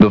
The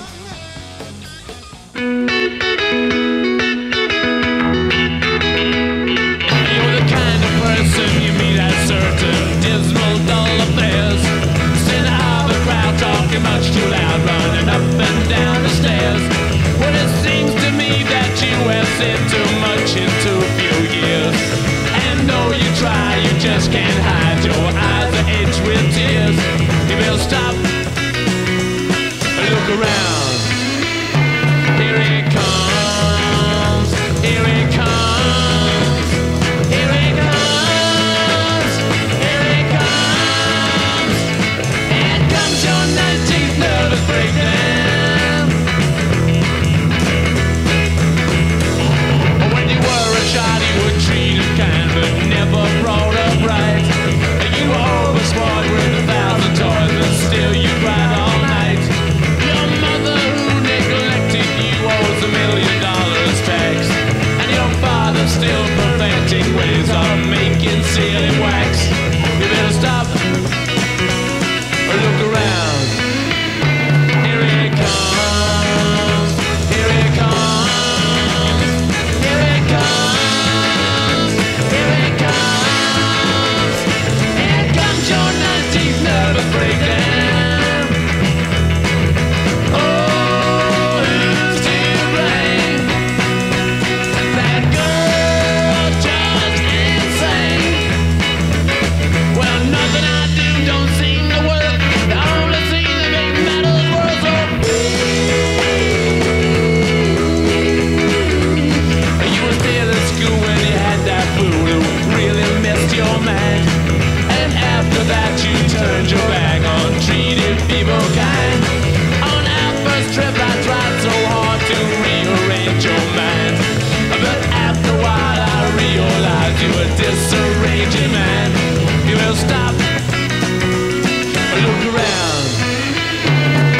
You were the kind of person you meet at certain dismal, dull affairs. Sit out the crowd talking much too loud, running up and down the stairs. Well, it seems to me that you have said too much in too few years. And though you try, you just can't hide. Your eyes are edged with tears. You better stop and look around. Here it comes. Here it comes. Here it comes, here it comes, here comes your 19th nervous breakdown. When you were a child, you were treated kind, but never brought up right. You were overspoiled with a thousand toys, and still you cried all night. Your mother, who neglected you, owes a million dollars tax, and your father still perfecting ways of making sealing wax. You better stop or look around. Here it comes. Here it comes. Here it comes. Here it comes. Here comes your 19th nervous breakdown. Oh, it's still rain. That girl just insane. Well, nothing I do don't seem to work. The only thing that makes matters worse You were still in school when you had that fool who really messed your mind. And after that, you turned your back on treating people kind. On our first trip, I tried so hard to rearrange your mind. But after a while, I realized you were disarranging man. You will stop. Look around.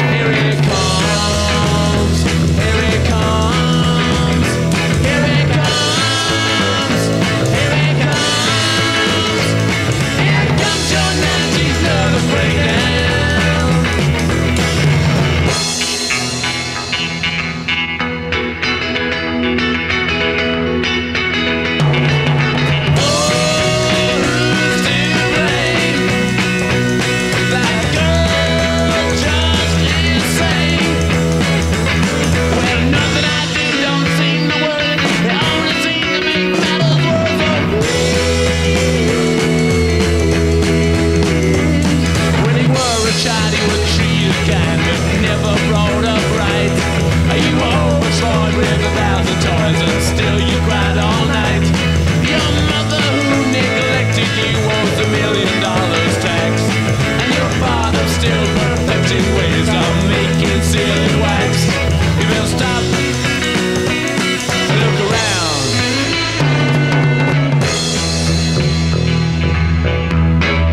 Here it comes. Here it comes. Here it comes. Here it comes. Here comes your 19th nervous breakdown. Oh, still rain. That girl just insane. Well, nothing I do don't seem to work. The only thing that makes matters worse. When you were a child, you were treated kind, but never brought up right. You were overjoyed with a thousand toys, and still you cried all night. Your mother, who neglected you, owes a million dollars tax, and your father still perfecting ways of making silly wax. You better stop. and Look around.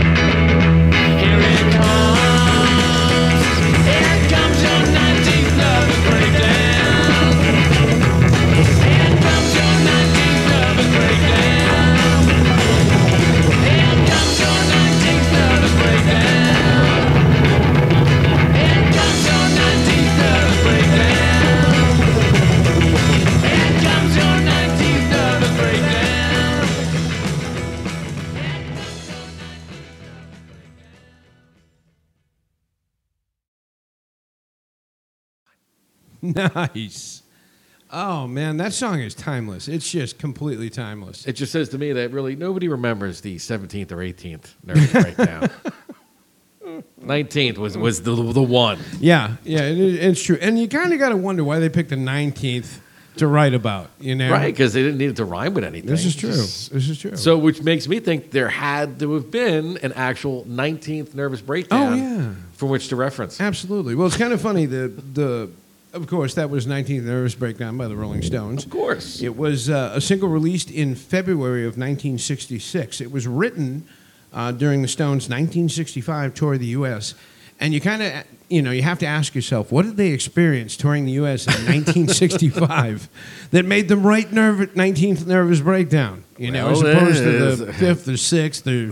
Here it comes. Here comes your 19th nervous breakdown. Here comes your 19th nervous breakdown. Here comes your 19th nervous breakdown. Here comes your 19th nervous breakdown. Here comes your 19th nervous breakdown. Nice. Oh, man, that song is timeless. It's just completely timeless. It just says to me that really nobody remembers the 17th or 18th nervous breakdown. Nineteenth was was the the one. Yeah, yeah, it, it- it's true. And you kind of got to wonder why they picked the 19th to write about, you know? Right, because they didn't need it to rhyme with anything. This is true. This is true. So, which makes me think there had to have been an actual 19th nervous breakdown Oh, yeah. from which to reference. Absolutely. Well, it's kind of funny. The the of course that was 19th Nervous Breakdown by the Rolling Stones. Of course. It was uh, a single released in February of 1966. It was written uh, during the Stones' 1965 tour of the U.S. And you kind of, you know, you have to ask yourself, what did they experience touring the U.S. in 1965 that made them write nerv- 19th Nervous Breakdown? You know, as Well, opposed to there's- the 5th or 6th or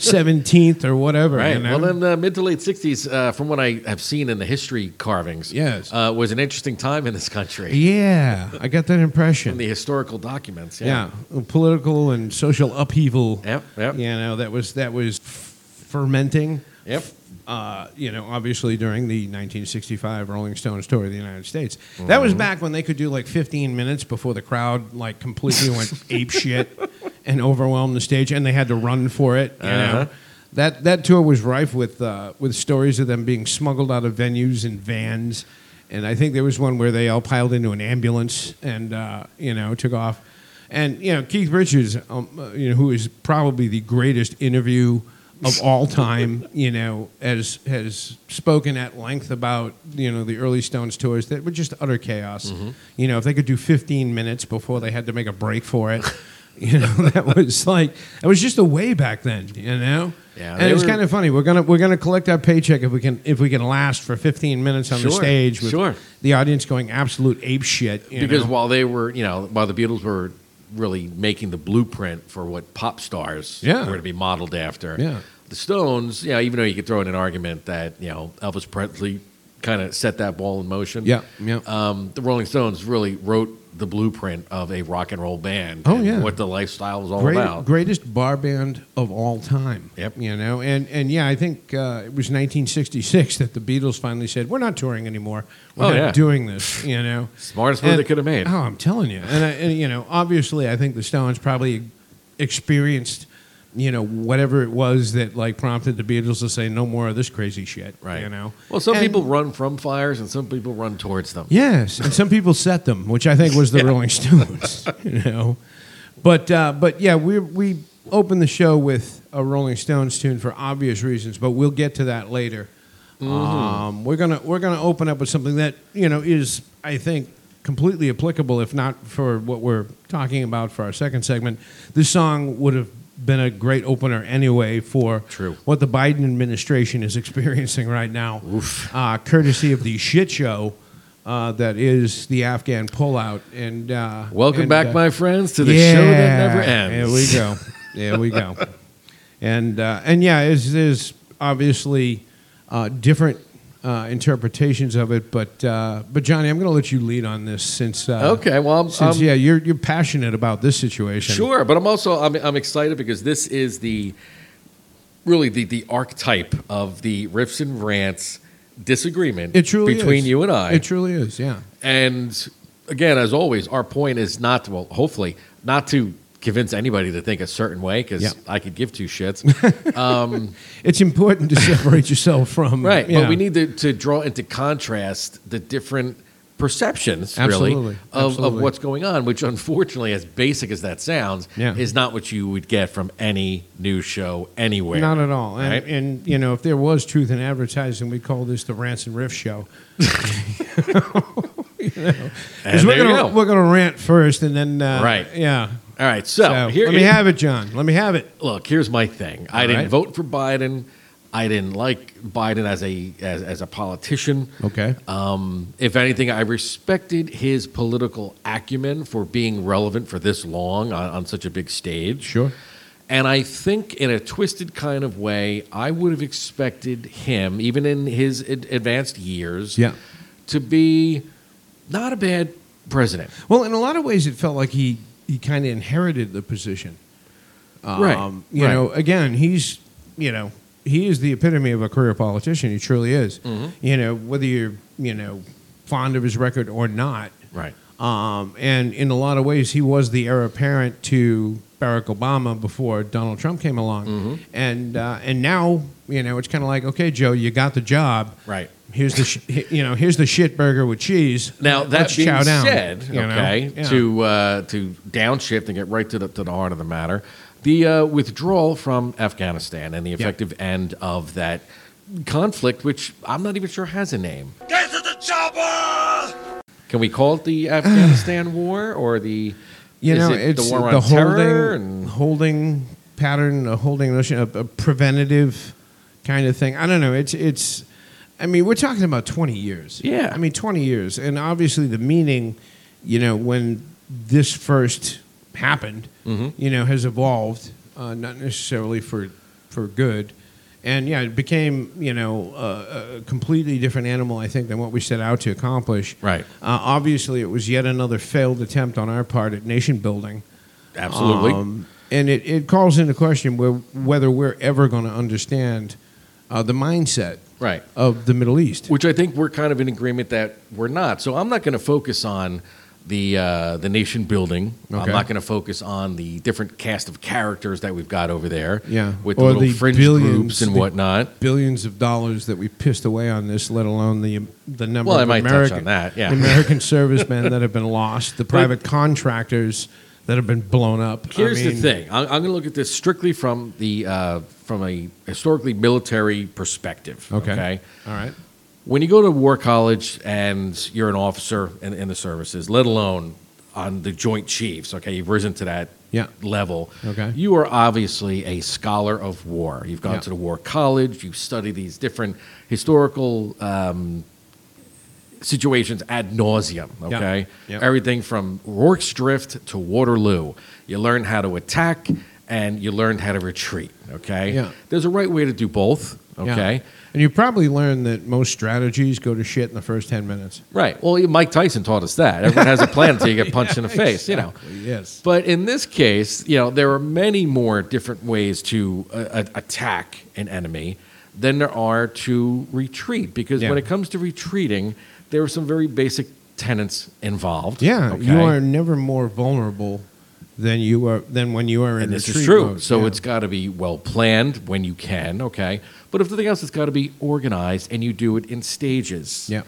17th or whatever. you Right. know? Well, in the mid to late 60s, uh, from what I have seen in the history carvings, Yes. uh, was an interesting time in this country. Yeah, I got that impression. In the historical documents. yeah. political and social upheaval. Yep, yep. You know that was that was f- fermenting. Yep. Uh, you know, obviously during the 1965 Rolling Stones tour of the United States, that Mm-hmm. was back when they could do like 15 minutes before the crowd like completely went ape shit and overwhelmed the stage, and they had to run for it. You Uh-huh. know, that that tour was rife with uh, with stories of them being smuggled out of venues in vans, and I think there was one where they all piled into an ambulance and uh, you know took off. And you know Keith Richards, um, uh, you know who is probably the greatest interview of all time, you know, as has spoken at length about you know the early Stones tours that were just utter chaos. Mm-hmm. You know, if they could do 15 minutes before they had to make a break for it, you know, that was like it was just a way back then. You know, Yeah, and they it was were- kind of funny. We're gonna we're gonna collect our paycheck if we can if we can last for 15 minutes on the Sure, stage with sure. the audience going absolute ape shit. You Because know? while they were, you know, while the Beatles were really making the blueprint for what pop stars Yeah. were to be modeled after, Yeah. the Stones, you know, even though you could throw in an argument that, you know, Elvis Presley kind of set that ball in motion. Yeah, yeah. Um, the Rolling Stones really wrote the blueprint of a rock and roll band. Oh, and yeah. What the lifestyle was all Great- about. Greatest bar band of all time. Yep. You know, and and yeah, I think uh, it was 1966 that the Beatles finally said, "We're not touring anymore. We're Oh, not yeah. doing this." You know, Smartest move And- they could have made. Oh, I'm telling you. And, I, and you know, obviously, I think the Stones probably experienced. You know, whatever it was that like prompted the Beatles to say no more of this crazy shit. Right. You know. Well, some And- people run from fires and some people run towards them. Yes, and some people set them, which I think was the Rolling Stones. You know, but uh, but yeah, we we opened the show with a Rolling Stones tune for obvious reasons, but we'll get to that later. Mm-hmm. Um, we're gonna we're gonna open up with something that you know is I think completely applicable, if not for what we're talking about for our second segment. This song would have been a great opener anyway for True. what the Biden administration is experiencing right now, Uh, courtesy of the shit show uh, that is the Afghan pullout. And uh, Welcome and, back, uh, my friends, to the show that never ends. There we go. There we go. And uh, and yeah, there's, there's obviously uh, different uh, interpretations of it, but uh, but Johnny, I'm going to let you lead on this since uh, Okay, well, I'm- since I'm- yeah, you're you're passionate about this situation. Sure, but I'm also I'm, I'm excited because this is the really the, the archetype of the riffs and rants disagreement It truly between is. you and I. It truly is. Yeah. and again, as always, our point is not to, well, hopefully not to convince anybody to think a certain way because Yeah. I could give two shits. It's important to separate yourself from Um, Right, yeah. but we need to, to draw into contrast the different perceptions, really, Absolutely, of, of absolutely. what's going on, which unfortunately, as basic as that sounds, Yeah. is not what you would get from any news show anywhere. Not at all. And, Right? and, you know, if there was truth in advertising, we'd call this the Rants and Riff Show. you know? 'Cause And we're there you gonna, go. We're going to rant first and then. Uh, Right. Yeah. all right, so, So, here, let me have it, John. Let me have it. look, here's my thing. I All didn't right. vote for Biden. I didn't like Biden as a as, as a politician. Okay. Um, if anything, I respected his political acumen for being relevant for this long on, on such a big stage. Sure. And I think, in a twisted kind of way, I would have expected him, even in his ad- advanced years, Yeah. to be not a bad president. Well, in a lot of ways, it felt like he, he kind of inherited the position. Um, you Right. know, again, he's, you know, he is the epitome of a career politician. He truly is. Mm-hmm. You know, whether you're, you know, fond of his record or not. Right. Um, and in a lot of ways, he was the heir apparent to Barack Obama before Donald Trump came along, Mm-hmm. and uh, and now you know it's kind of like okay, Joe, you got the job, Right. Here's the sh- hi- you know here's the shit burger with cheese. Now that Let's being chow down, said, you know? okay, Yeah. to uh, to downshift and get right to the to the heart of the matter, the uh, withdrawal from Afghanistan and the effective end of that conflict, which I'm not even sure has a name. Get to the chopper! Can we call it the Afghanistan War or the you is know it it's the war on terror? holding And, holding pattern, a holding notion, a, a preventative kind of thing. I don't know. It's it's. I mean, we're talking about twenty years. Yeah. I mean, twenty years, and obviously the meaning, you know, when this first happened, Mm-hmm. you know, has evolved, uh, not necessarily for for good. And yeah, it became you know a, a completely different animal, I think, than what we set out to accomplish. Right. Uh, obviously, it was yet another failed attempt on our part at nation building. absolutely. Um, and it, it calls into question where, whether we're ever going to understand uh, the mindset Right. of the Middle East. which I think we're kind of in agreement that we're not. So I'm not going to focus on the uh, the nation building. I'm Okay. not going to focus on the different cast of characters that we've got over there. Yeah. with the Or little the fringe billions, groups and the- whatnot. Billions of dollars that we pissed away on this, let alone the, the number Well, I of might touch American, on that, yeah. American servicemen that have been lost, the private contractors that have been blown up. I Here's mean, the thing. I'm, I'm going to look at this strictly from the uh, from a historically military perspective. Okay. All right. when you go to war college and you're an officer in, in the services, let alone on the Joint Chiefs, okay, you've risen to that Yeah. level. Okay. You are obviously a scholar of war. You've gone Yeah. to the war college, you've studied these different historical um, situations ad nauseum, Yeah. okay? Yeah. Everything from Rorke's Drift to Waterloo. You learn how to attack and you learn how to retreat, okay? Yeah. There's a right way to do both, Yeah. okay? And you probably learned that most strategies go to shit in the first 10 minutes. Right. Well, Mike Tyson taught us that. Everyone has a plan until you get punched in the face, you know. Yes. But in this case, you know, there are many more different ways to uh, uh, attack an enemy than there are to retreat because Yeah. when it comes to retreating, there are some very basic tenets involved. Yeah, okay? you are never more vulnerable than you are than when you are in and this is retreat true. mode. so Yeah. it's got to be well planned when you can, okay? But if nothing else, it's got to be organized and you do it in stages. yeah,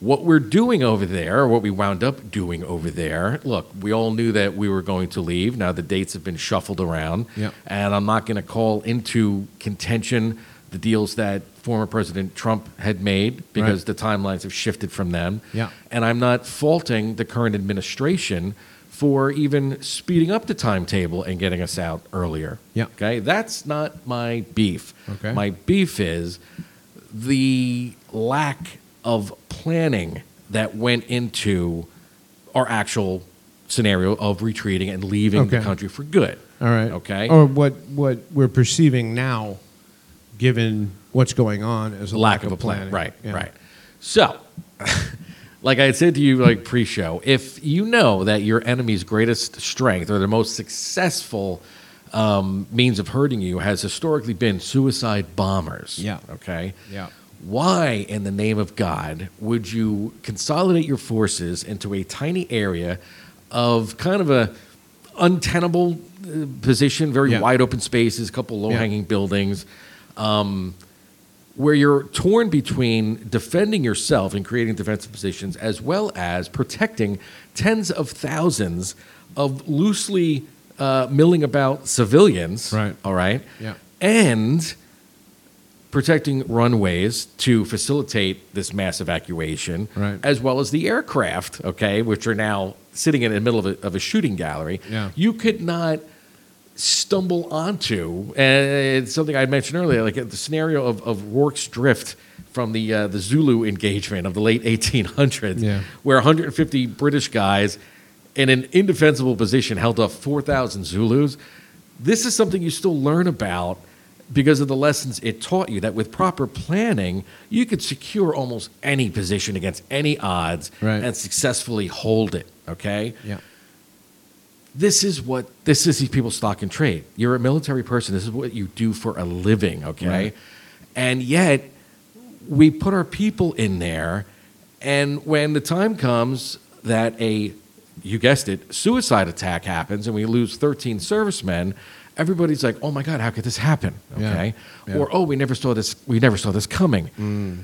what we're doing over there, or what we wound up doing over there, look, we all knew that we were going to leave. Now the dates have been shuffled around. Yep. And I'm not going to call into contention the deals that former President Trump had made because the timelines have shifted from them. Yeah. And I'm not faulting the current administration for even speeding up the timetable and getting us out earlier. Yeah. Okay. That's not my beef. Okay. My beef is the lack of planning that went into our actual scenario of retreating and leaving the Okay. country for good. all right, Okay. Or what what we're perceiving now, given what's going on, as a lack, lack of a plan. planning. Right, Yeah. right. So, like I had said to you, like pre show, if you know that your enemy's greatest strength or their most successful um, means of hurting you has historically been suicide bombers. Yeah. Okay. Yeah. Why, in the name of God, would you consolidate your forces into a tiny area of kind of a untenable uh, position, very Yeah. wide open spaces, a couple low Yeah. hanging buildings, um, where you're torn between defending yourself and creating defensive positions as well as protecting tens of thousands of loosely uh, milling about civilians. Right. All right. Yeah. And protecting runways to facilitate this mass evacuation, Right. as well as the aircraft, okay, which are now sitting in the middle of a, of a shooting gallery. Yeah. You could not stumble onto, and it's something I mentioned earlier, like uh, the scenario of, of Rourke's drift from the uh, the Zulu engagement of the late 1800s, Yeah. where 150 British guys in an indefensible position held off 4,000 Zulus. This is something you still learn about because of the lessons it taught you that with proper planning, you could secure almost any position against any odds Right. and successfully hold it. Okay Yeah. this is what this is these people's stock and trade. You're a military person. This is what you do for a living, okay? And yet we put our people in there and when the time comes that a you guessed it, suicide attack happens and we lose 13 servicemen, everybody's like, "Oh my god, how could this happen?" Yeah. Okay? Yeah. Or, "Oh, we never saw this we never saw this coming."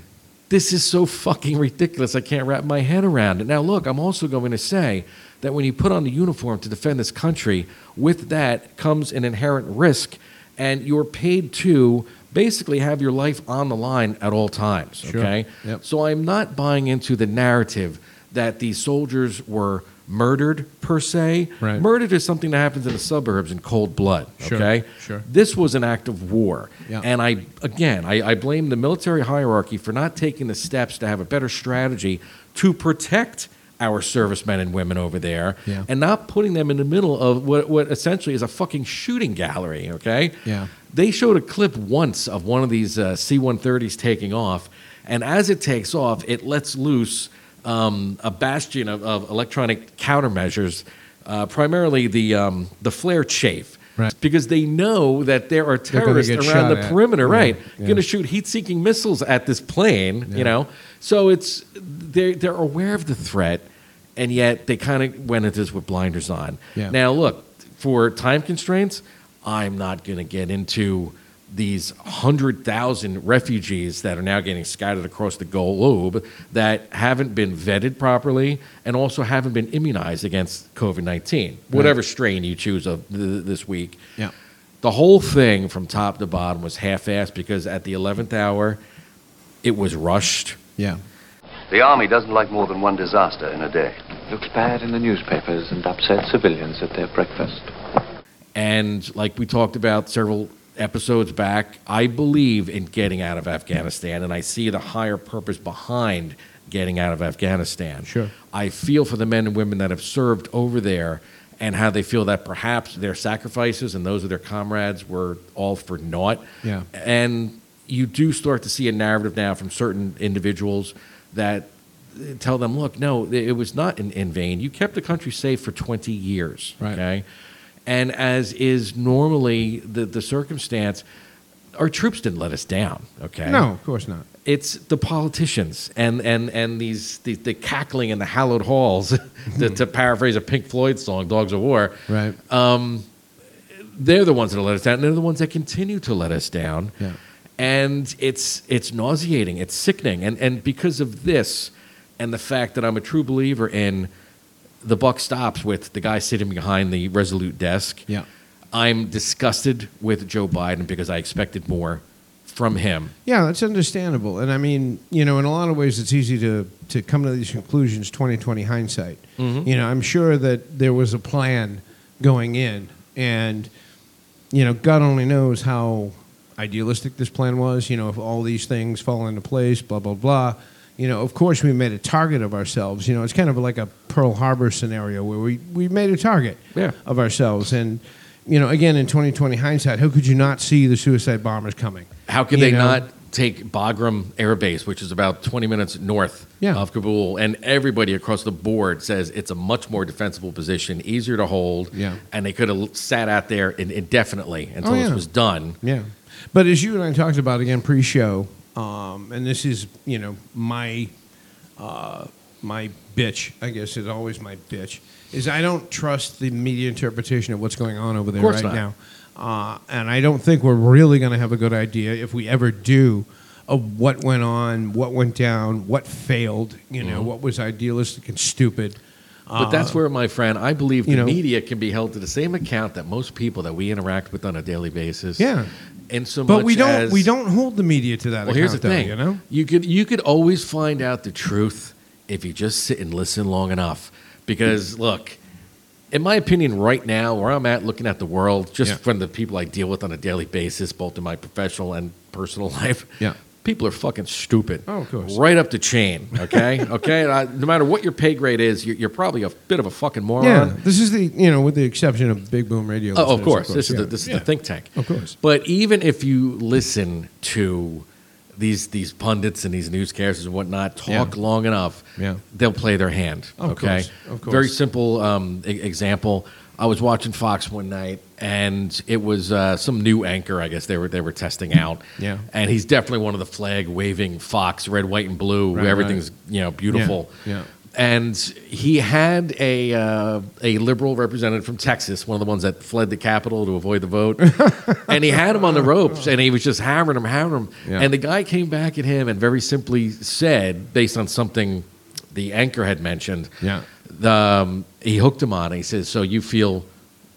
This is so fucking ridiculous. I can't wrap my head around it. Now, look, I'm also going to say that when you put on the uniform to defend this country, with that comes an inherent risk, and you're paid to basically have your life on the line at all times. Sure. Okay? Yep. So I'm not buying into the narrative that the soldiers were murdered per se. Right. Murdered is something that happens in the suburbs in cold blood. Sure, Okay. sure. This was an act of war. Yeah. And I again I, I blame the military hierarchy for not taking the steps to have a better strategy to protect our servicemen and women over there Yeah. and not putting them in the middle of what, what essentially is a fucking shooting gallery, okay? Yeah. They showed a clip once of one of these uh, C 130s taking off, and as it takes off, it lets loose um, a bastion of, of electronic countermeasures, uh, primarily the, um, the flare chafe. Right. Because they know that there are gonna terrorists get around shot the at. perimeter, Yeah, right? yeah. Going to shoot heat-seeking missiles at this plane, you know. So it's they're they're aware of the threat, and yet they kind of went at this with blinders on. Yeah. Now look, for time constraints, I'm not going to get into these hundred thousand refugees that are now getting scattered across the globe that haven't been vetted properly and also haven't been immunized against COVID nineteen, whatever strain you choose of th- this week. Yeah. The whole thing from top to bottom was half-assed because at the 11th hour, it was rushed. Yeah. The army doesn't like more than one disaster in a day. Looks bad in the newspapers and upset civilians at their breakfast. And like we talked about several episodes back, I believe in getting out of Afghanistan and I see the higher purpose behind getting out of Afghanistan. Sure. I feel for the men and women that have served over there and how they feel that perhaps their sacrifices and those of their comrades were all for naught. Yeah. And you do start to see a narrative now from certain individuals that tell them, look, no, it was not in, in vain. You kept the country safe for 20 years. Right. Okay. And as is normally the, the circumstance, our troops didn't let us down. Okay No, of course not. it's the politicians and and and these the, the cackling in the hallowed halls to, to paraphrase a pink floyd song dogs of war Right. they're the ones that let us down and they're the ones that continue to let us down Yeah. and it's it's nauseating it's sickening and and because of this and the fact that i'm a true believer in the buck stops with the guy sitting behind the resolute desk Yeah. i'm disgusted with joe biden because i expected more from him Yeah, that's understandable. And I mean, you know, in a lot of ways, it's easy to, to come to these conclusions 2020 hindsight. You know, I'm sure that there was a plan going in. And, you know, God only knows how idealistic this plan was. You know, if all these things fall into place, blah, blah, blah. You know, of course, we made a target of ourselves. You know, it's kind of like a Pearl Harbor scenario where we, we made a target Yeah. of ourselves. And, you know, again, in 2020 hindsight, how could you not see the suicide bombers coming? How could You they know? not take Bagram Air Base, which is about 20 minutes north Yeah. of Kabul, and everybody across the board says it's a much more defensible position, easier to hold, Yeah. and they could have sat out there in, indefinitely until Oh, this yeah. was done. Yeah. But as you and I talked about again pre-show, um, and this is you know my uh, my bitch, I guess is always my bitch, is I don't trust the media interpretation of what's going on over there course not. right now, uh, and I don't think we're really going to have a good idea if we ever do of what went on, what went down, what failed, you know, what was idealistic and stupid. Mm-hmm. But that's where, my friend, I believe the Uh, you know- media can be held to the same account that most people that we interact with on a daily basis. Yeah. And so But much we don't as- we don't hold the media to that. Well, here's the account, though, thing. you know. you could you could always find out the truth if you just sit and listen long enough. Because look, in my opinion, right now where I'm at, looking at the world, just Yeah. from the people I deal with on a daily basis, both in my professional and personal life, Yeah. people are fucking stupid. Oh, of course. right up the chain. Okay, okay. And I, no matter what your pay grade is, you're, you're probably a bit of a fucking moron. Yeah, this is the you know, with the exception of Big Boom Radio. Oh, listeners, of course. This is yeah. the, this is Yeah. the think tank. Of course. But even if you listen to these these pundits and these newscasters and whatnot talk Yeah. long enough, Yeah. they'll play their hand. Of okay. course, of course. Very simple um, e- example. I was watching Fox one night, and it was uh, some new anchor. I guess they were they were testing out. Yeah. And he's definitely one of the flag waving Fox, red, white, and blue. Right, everything's you know beautiful. yeah. and he had a uh, a liberal representative from Texas, one of the ones that fled the Capitol to avoid the vote, and he had him on the ropes, and he was just hammering him, hammering him, Yeah. and the guy came back at him and very simply said, based on something the anchor had mentioned, Yeah. the, um, he hooked him on. it. He says, "So you feel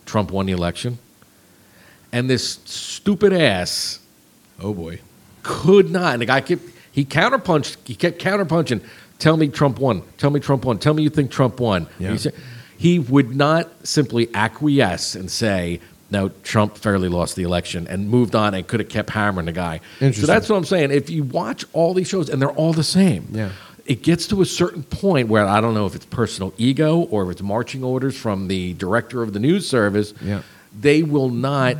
Trump won the election?" And this stupid ass Oh boy. could not. And the guy kept he counterpunched. He kept counterpunching. Tell me Trump won. Tell me Trump won. Tell me you think Trump won. Yeah. He, said, he would not simply acquiesce and say. No, Trump fairly lost the election and moved on and could have kept hammering the guy. So Interesting. that's what I'm saying. If you watch all these shows and they're all the same, Yeah. it gets to a certain point where I don't know if it's personal ego or if it's marching orders from the director of the news service. Yeah. They will not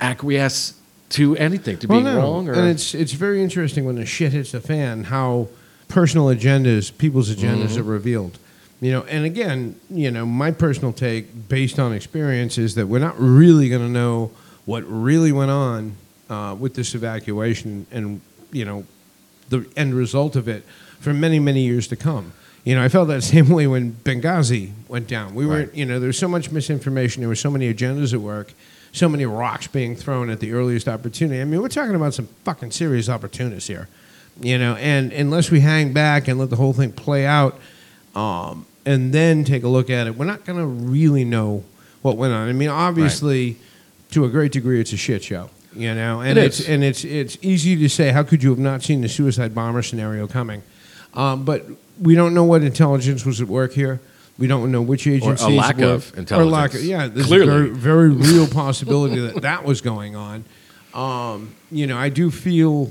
acquiesce to anything, to being wrong. Or, and it's it's very interesting when the shit hits the fan how personal agendas, people's agendas Mm-hmm. are revealed. You know, and again, you know, my personal take based on experience is that we're not really going to know what really went on uh, with this evacuation and you know the end result of it for many many years to come. You know, I felt that same way when Benghazi went down. We were, you know, there was so much misinformation. There were so many agendas at work, so many rocks being thrown at the earliest opportunity. I mean, we're talking about some fucking serious opportunists here, you know. And unless we hang back and let the whole thing play out, um, and then take a look at it, we're not going to really know what went on. I mean, obviously, to a great degree, it's a shit show, you know. And It it's is. and it's it's easy to say how could you have not seen the suicide bomber scenario coming, um, but we don't know what intelligence was at work here. We don't know which agencies lack were- of Or lack intelligence. yeah, there's Clearly. a very, very real possibility that that was going on. Um, you know, I do feel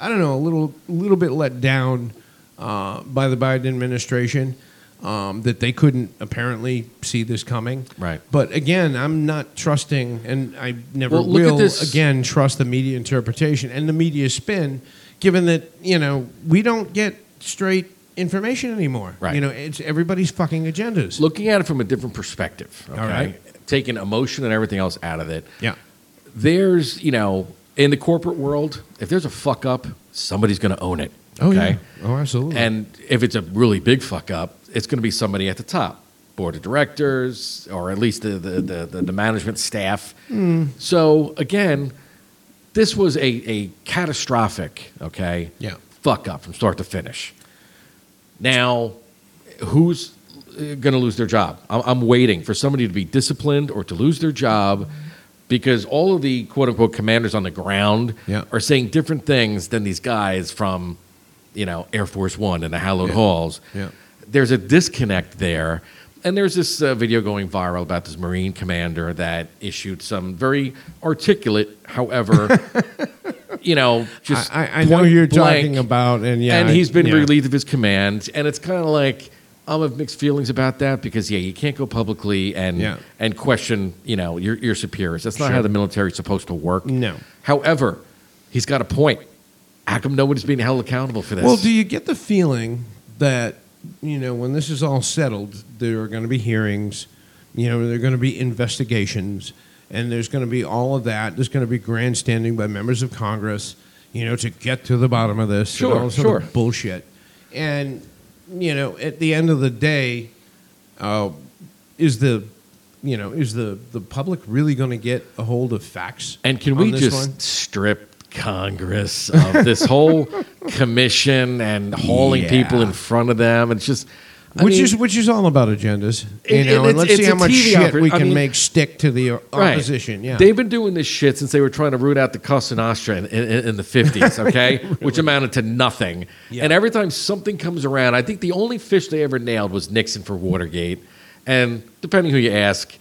I don't know, a little little bit let down uh, by the Biden administration um, that they couldn't apparently see this coming. Right. But again, I'm not trusting, and I never Well, look at will this- again trust the media interpretation and the media spin, given that you know we don't get straight information anymore. Right. You know, it's everybody's fucking agendas. looking at it from a different perspective. Okay? right. Taking emotion and everything else out of it. Yeah. There's, you know, in the corporate world, if there's a fuck up, somebody's going to own it. Oh okay? yeah. Oh absolutely. And if it's a really big fuck up, it's going to be somebody at the top, board of directors, or at least the the the, the, the management staff. Hmm. So again, this was a, a catastrophic okay Yeah. fuck up from start to finish. Now, who's going to lose their job? I'm, I'm waiting for somebody to be disciplined or to lose their job. Because all of the quote unquote commanders on the ground Yeah. are saying different things than these guys from you know, Air Force One and the hallowed Yeah. halls. Yeah. There's a disconnect there. And there's this uh, video going viral about this Marine commander that issued some very articulate, however, you know, just I- I- I know point you're blank. talking about, and yeah, and I- he's been yeah. relieved of his command, and it's kind of like I'm of mixed feelings about that because yeah, you can't go publicly and Yeah. and question you know your your superiors. That's not Sure. how the military's supposed to work. No. However, he's got a point. How come nobody's being held accountable for this? Well, do you get the feeling that you know when this is all settled, there are going to be hearings, you know, there are going to be investigations, and there's going to be all of that. There's going to be grandstanding by members of Congress, you know, to get to the bottom of this. and Sure, all this other sure. bullshit, and you know, at the end of the day, uh, is the you know is the the public really going to get a hold of facts? And can on we this just one? strip Congress of this whole commission and hauling Yeah. people in front of them? It's just, I which mean, is which is all about agendas, It- you it- know. it's- and let's see it's how a much TV shit opera- we I can mean- make stick to the o- right. opposition. Yeah, they've been doing this shit since they were trying to root out the Casanastra in, in, in the fifties. Okay, which amounted to nothing. Yeah. And every time something comes around, I think the only fish they ever nailed was Nixon for Watergate, and depending who you ask,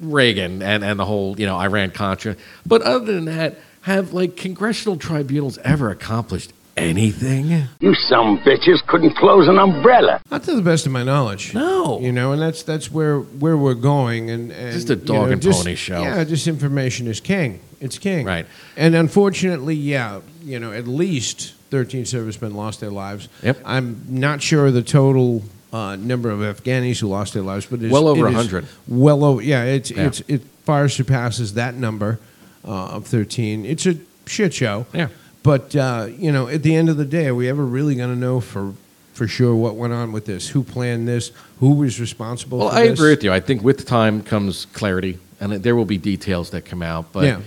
Reagan and, and the whole you know Iran Contra. But other than that, have like congressional tribunals ever accomplished anything? You some bitches couldn't close an umbrella. not to the best of my knowledge. No. you know, and that's that's where where we're going. And, and Just a you dog know, and just- pony show. Yeah, just information is king. It's king. Right. And unfortunately, yeah, you know, at least thirteen servicemen lost their lives. Yep. I'm not sure of the total. Uh, number of Afghanis who lost their lives, but it's, Well over it is 100. Well over, yeah. It's Yeah. it's it far surpasses that number uh, of thirteen. It's a shit show. Yeah. But uh, you know, at the end of the day, are we ever really going to know for for sure what went on with this, who planned this, who was responsible. Well, for I this. agree with you. I think with time comes clarity, and there will be details that come out. But Yeah.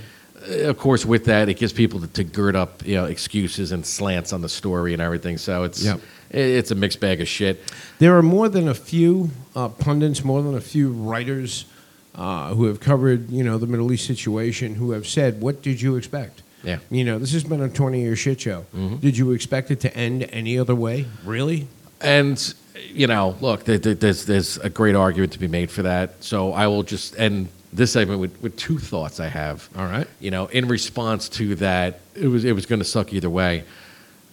uh, of course, with that, it gives people to, to gird up, you know, excuses and slants on the story and everything. So it's Yep. i- it's a mixed bag of shit. There are more than a few uh, pundits, more than a few writers uh, who have covered, you know, the Middle East situation, who have said, "What did you expect?" Yeah. Mm-hmm. You know, this has been a 20-year shit show. Did you expect it to end any other way? Really? And you know, look, there, there- there's there's a great argument to be made for that. So I will just end this segment with, with two thoughts I have. All right. You know, in response to that, it was it was going to suck either way.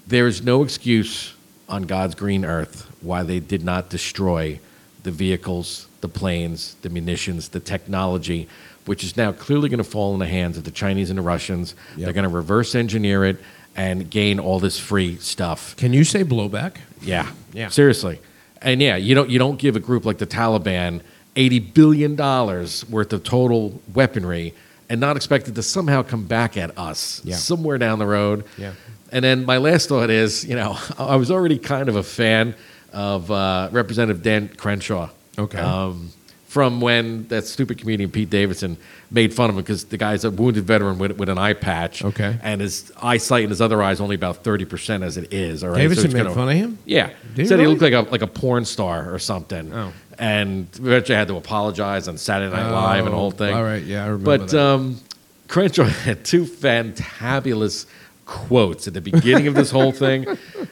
There is no excuse on God's green earth why they did not destroy the vehicles, the planes, the munitions, the technology, which is now clearly going to fall in the hands of the Chinese and the Russians. They're going to reverse engineer it and gain all this free stuff. Can you say blowback? Yeah. Yeah. Seriously. And yeah, you don't you don't give a group like the Taliban eighty billion dollars worth of total weaponry and not expect it to somehow come back at us Yeah. somewhere down the road. Yeah. And then my last thought is, you know, I was already kind of a fan of uh, Representative Dan Crenshaw. Okay. Um, from when that stupid comedian Pete Davidson made fun of him because the guy's a wounded veteran with, with an eye patch. Okay. And his eyesight in his other eye is only about 30% as it is. All right. So Davidson it's made gonna- fun of him. yeah, Did he said really? he looked like a like a porn star or something. Oh. and eventually had to apologize on Saturday Night Live and the whole thing. Oh, all right, yeah, I remember But that. Um, Crenshaw had two fantabulous quotes at the beginning of this whole thing.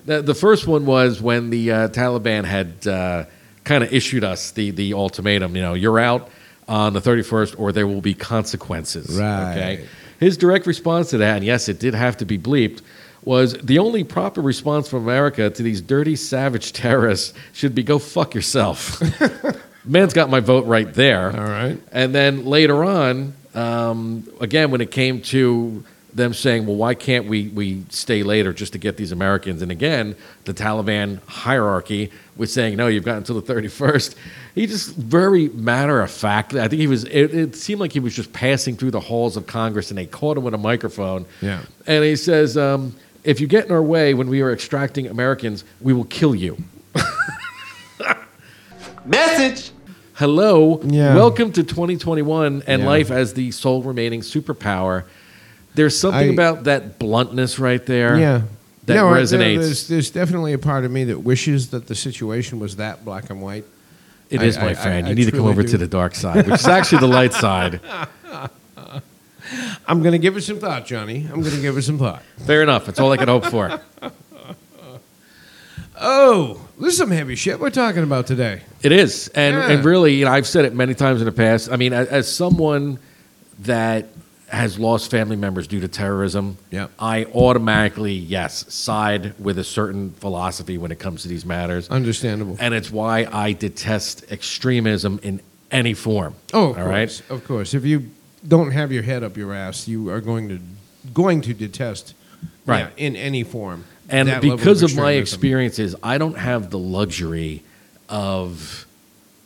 The, the first one was when the uh, Taliban had uh, kind of issued us the the ultimatum. You know, you're out on the 31st, or there will be consequences. Right. Okay. His direct response to that, and yes, it did have to be bleeped, was the only proper response from America to these dirty, savage terrorists should be go fuck yourself. Man's got my vote right there. All right. And then later on, um, again, when it came to them saying, well, why can't we, we stay later just to get these Americans? And again, the Taliban hierarchy was saying, no, you've got until the 31st. He just very matter of fact. I think he was, it, it seemed like he was just passing through the halls of Congress and they caught him with a microphone. Yeah. And he says, um, if you get in our way when we are extracting Americans, we will kill you. Message! Hello. Yeah. Welcome to 2021 and Yeah. life as the sole remaining superpower. There's something I- about that bluntness right there. Yeah. That No, I- uh, resonates. It There's, is, there's definitely a part of me that wishes that the situation was that black and white. I- my I- friend. I- you I need to come truly over do. to the dark side, which is actually the light side. I'm going to give it some thought, Johnny. I'm going to give it some thought. Fair enough. That's all I could hope for. Oh, this is some heavy shit we're talking about today. It is, and Yeah. and really, you know, I've said it many times in the past. I mean, as, as someone that has lost family members due to terrorism, Yep. I automatically yes side with a certain philosophy when it comes to these matters. Understandable. and it's why I detest extremism in any form. Oh, of all course, right? of course. If you don't have your head up your ass, you are going to going to detest, Right. yeah, in any form. And that level because of, my extremism. experiences, I don't have the luxury of,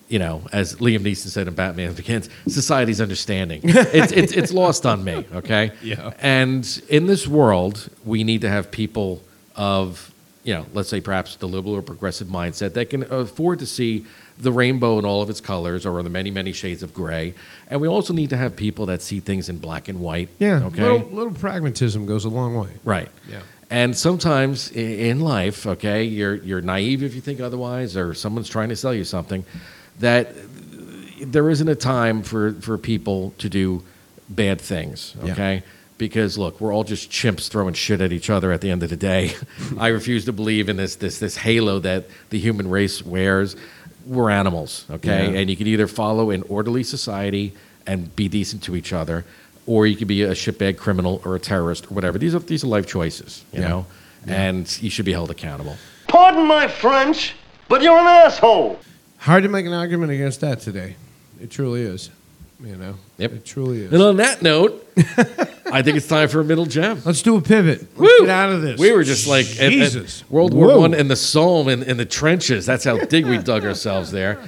you know, as Liam Neeson said in Batman Begins, society's understanding. it's, it's, it's lost on me, okay? Yeah. And in this world, we need to have people of, you know, let's say perhaps the liberal or progressive mindset that can afford to see the rainbow in all of its colors or the many, many shades of gray. And we also need to have people that see things in black and white. yeah, Okay. little, little pragmatism goes a long way. Right. Yeah. And sometimes i- in life, okay, you're you're naive if you think otherwise, or someone's trying to sell you something, that there isn't a time for for people to do bad things, Yeah. okay? Because look, we're all just chimps throwing shit at each other at the end of the day. I refuse to believe in this this this halo that the human race wears. We're animals, okay? Yeah. And you can either follow an orderly society and be decent to each other, or you could be a shitbag criminal or a terrorist or whatever. These are these are life choices, you Yeah. know? And you should be held accountable. Pardon my French, but you're an asshole. Hard to make an argument against that today. It truly is. You know. Yep. It truly is. And uh, on that note, I think it's time for a middle gem. Let's do a pivot. Let's Woo! get out of this. We were just like at- at Jesus. World War Whoa. One and the Somme and, and the trenches. That's how dig we dug ourselves there.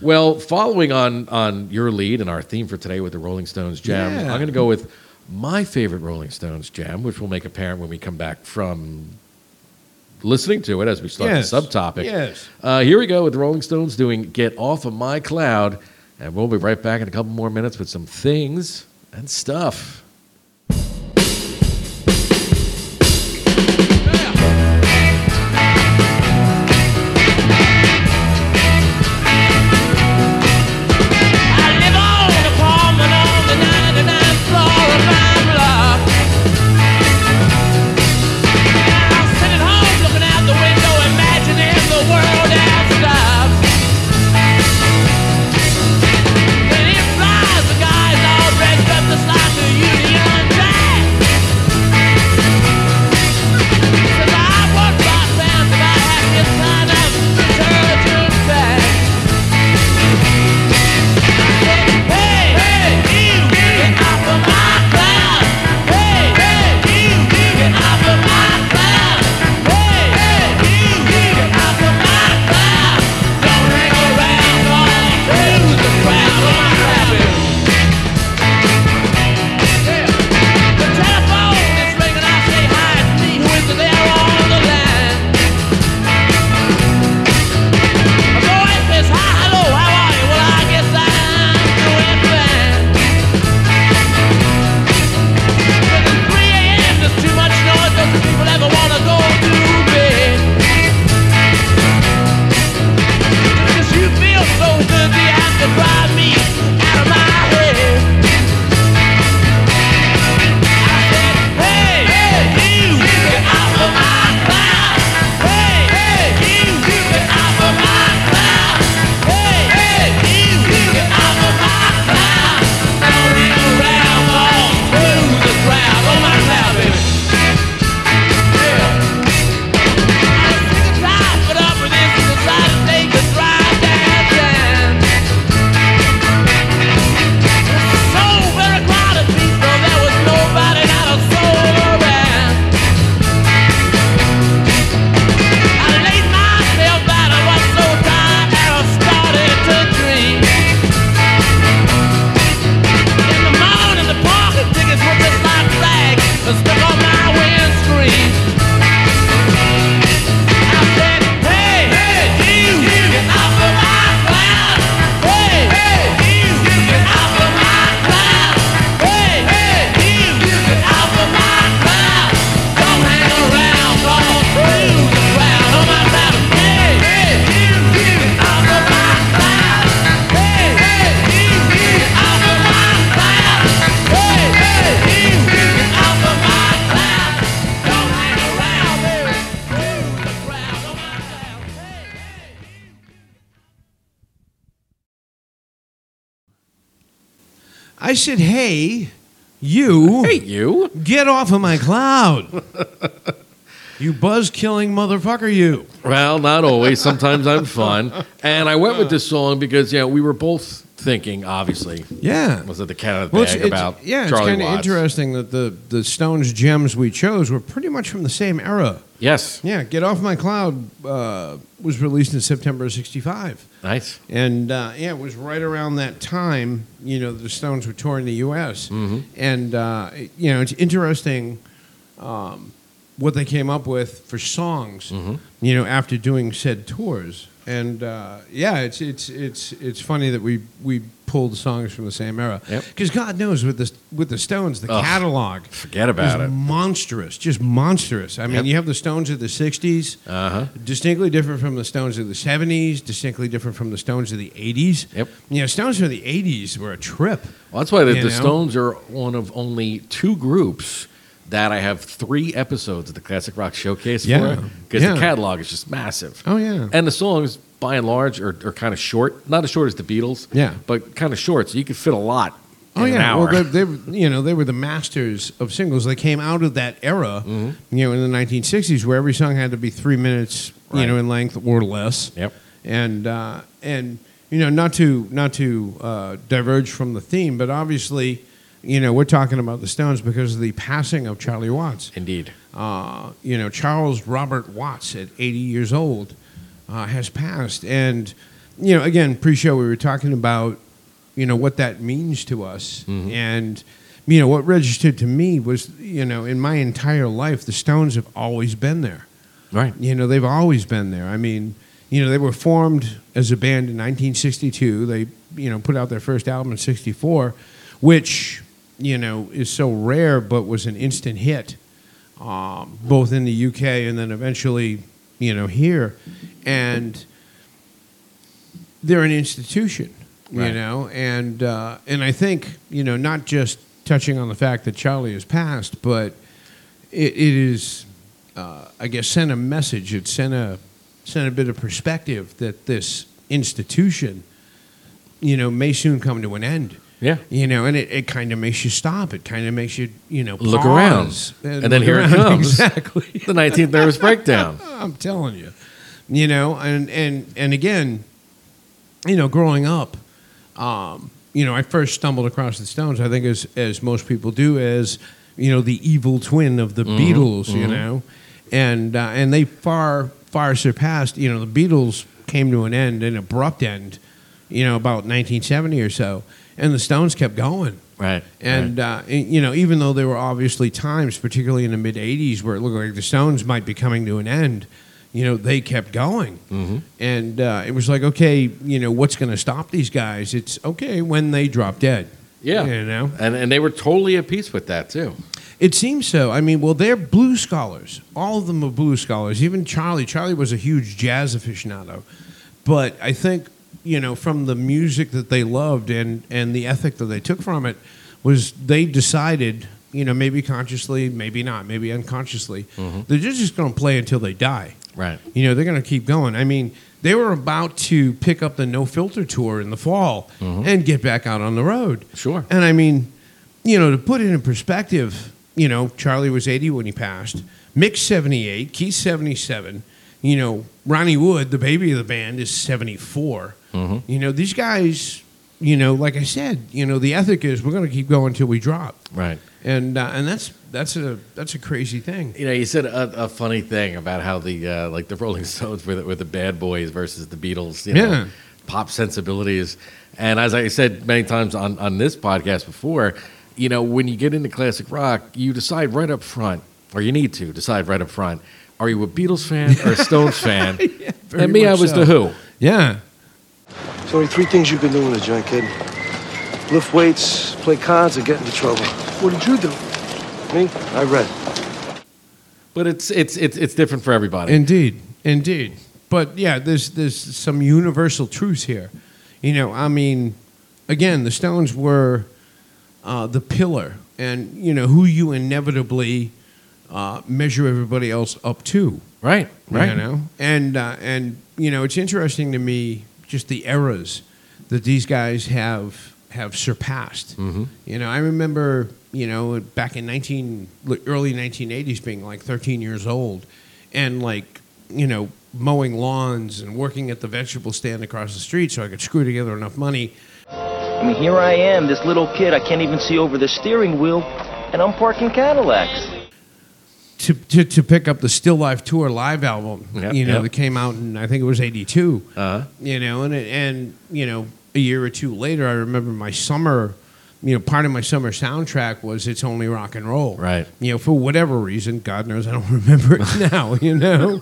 Well, following on on your lead and our theme for today with the Rolling Stones jam, Yeah. I'm going to go with my favorite Rolling Stones jam, which will make apparent when we come back from listening to it as we start Yes. the subtopic. Yes. Uh, here we go with the Rolling Stones doing Get Off of My Cloud. And we'll be right back in a couple more minutes with some things and stuff. I said, hey, you, Hey, you. get off of my cloud. you buzz killing motherfucker, you. Well, not always. Sometimes I'm fun. And I went with this song because, you know, we were both thinking, obviously. Yeah. Was it the cat out of the Well, bag about yeah, it's Charlie kind of Watts? interesting that the, the Stones gems we chose were pretty much from the same era. Yes. Yeah, Get Off My Cloud uh, was released in September of 65. Nice. And uh, yeah, it was right around that time, you know, the Stones were touring the U.S. Mm-hmm. And, uh, it- you know, it's interesting um, what they came up with for songs, Mm-hmm. you know, after doing said tours. And uh, yeah, it's, it's, it's, it's funny that we, we pulled songs from the same era. Yep. Because God knows with the, with the Stones, the Ugh. catalog Forget about is it. monstrous, just monstrous. I mean, Yep. you have the Stones of the 60s, Uh-huh. distinctly different from the Stones of the 70s, distinctly different from the Stones of the 80s. Yep. You know, Stones from the 80s were a trip. Well, that's why the, You the know? Stones are one of only two groups that I have three episodes of the Classic Rock Showcase Yeah. for because Yeah. the catalog is just massive. Oh, yeah. And the songs, by and large, are, are kind of short. Not as short as the Beatles, Yeah. but kind of short. So you could fit a lot Oh in yeah, an hour. well they, they you know they were the masters of singles. They came out of that era, Mm-hmm. you know, in the 1960s where every song had to be three minutes, you Right. know, in length or less. Yep. And uh, and you know not to not to uh, diverge from the theme, but obviously, you know, we're talking about the Stones because of the passing of Charlie Watts. Indeed. uh, you know, Charles Robert Watts at 80 years old uh, has passed. And, you know, again, pre show we were talking about, you know, what that means to us. And, you know, what registered to me was, you know, in my entire life, the Stones have always been there. Right. You know, they've always been there. I mean, you know, they were formed as a band in 1962. They, you know, put out their first album in 64, which, you know, is so rare but was an instant hit, um, both in the UK and then eventually, you know, here. And they're an institution, you Right. know, and uh, and I think you know not just touching on the fact that Charlie has passed, but it, it is, uh, I guess, sent a message. It sent a sent a bit of perspective that this institution, you know, may soon come to an end. Yeah. You know, and it, it kind of makes you stop. It kind of makes you, you know, Look pause around. And then look here it comes. Exactly. The 19th Nervous Breakdown. I'm telling you, you know, and and and again, you know, growing up, um, you know, I first stumbled across the Stones. I think as as most people do, as you know, the evil twin of the Beatles. You mhm. know, and uh, and they far far surpassed. You know, the Beatles came to an end, an abrupt end. You know, about 1970 or so, and the Stones kept going. Right. And, uh, and, you know, even though there were obviously times, particularly in the mid '80s, where it looked like the Stones might be coming to an end, you know, they kept going, Mhm. and uh, it was like, okay, you know, what's going to stop these guys? It's okay when they drop dead. Yeah. you know, And, and they were totally at peace with that, too. it seems so. I mean, well, they're blue scholars. All of them are blue scholars. Even Charlie. Charlie was a huge jazz aficionado, but I think you know from the music that they loved and and the ethic that they took from it was they decided you know maybe consciously, maybe not, maybe unconsciously, they're just, just going to play until they die. Right. You know, they're going to keep going. I mean, they were about to pick up the No Filter tour in the fall and get back out on the road. Sure. And I mean, you know, to put it in perspective, you know, Charlie was 80 when he passed, Mick's 78, Keith's 77, you know, Ronnie Wood, the baby of the band, is 74. Mm-hmm. You know, these guys, you know, like I said, you know, the ethic is we're going to keep going until we drop. Right. And, uh, and that's, that's, a, that's a crazy thing. You know, you said a, a funny thing about how the uh, like the Rolling Stones were the, were the bad boys versus the Beatles. You know, Yeah. pop sensibilities, and as I said many times on on this podcast before, you know, when you get into classic rock, you decide right up front, or you need to decide right up front, are you a Beatles fan or a Stones fan? very and me, I much was so. the Who. Yeah. There's only three things you can do in a joint, kid. Lift weights, play cards, or get into trouble. What did you do? Me? I read. But it's it's it's it's different for everybody. Indeed, indeed. But yeah, there's there's some universal truths here. You know, I mean, again, the Stones were uh, the pillar, and you know who you inevitably uh, measure everybody else up to. right. Right. You know, and uh, and you know, it's interesting to me just the eras that these guys have have surpassed. Mhm. You know, I remember you know back in nineteen li- early nineteen eighties being like thirteen years old, and like you know mowing lawns and working at the vegetable stand across the street so I could screw together enough money. I mean, here I am, this little kid. I can't even see over the steering wheel, and I'm parking Cadillacs. To, to, to pick up the Still Life Tour live album, Yep, you know, yep. that came out in, I think it was 82. Uh, you know, and it, and you know, a year or two later, I remember my summer, you know, part of my summer soundtrack was "It's Only Rock and Roll." Right. You know, for whatever reason, God knows, I don't remember it now. You know.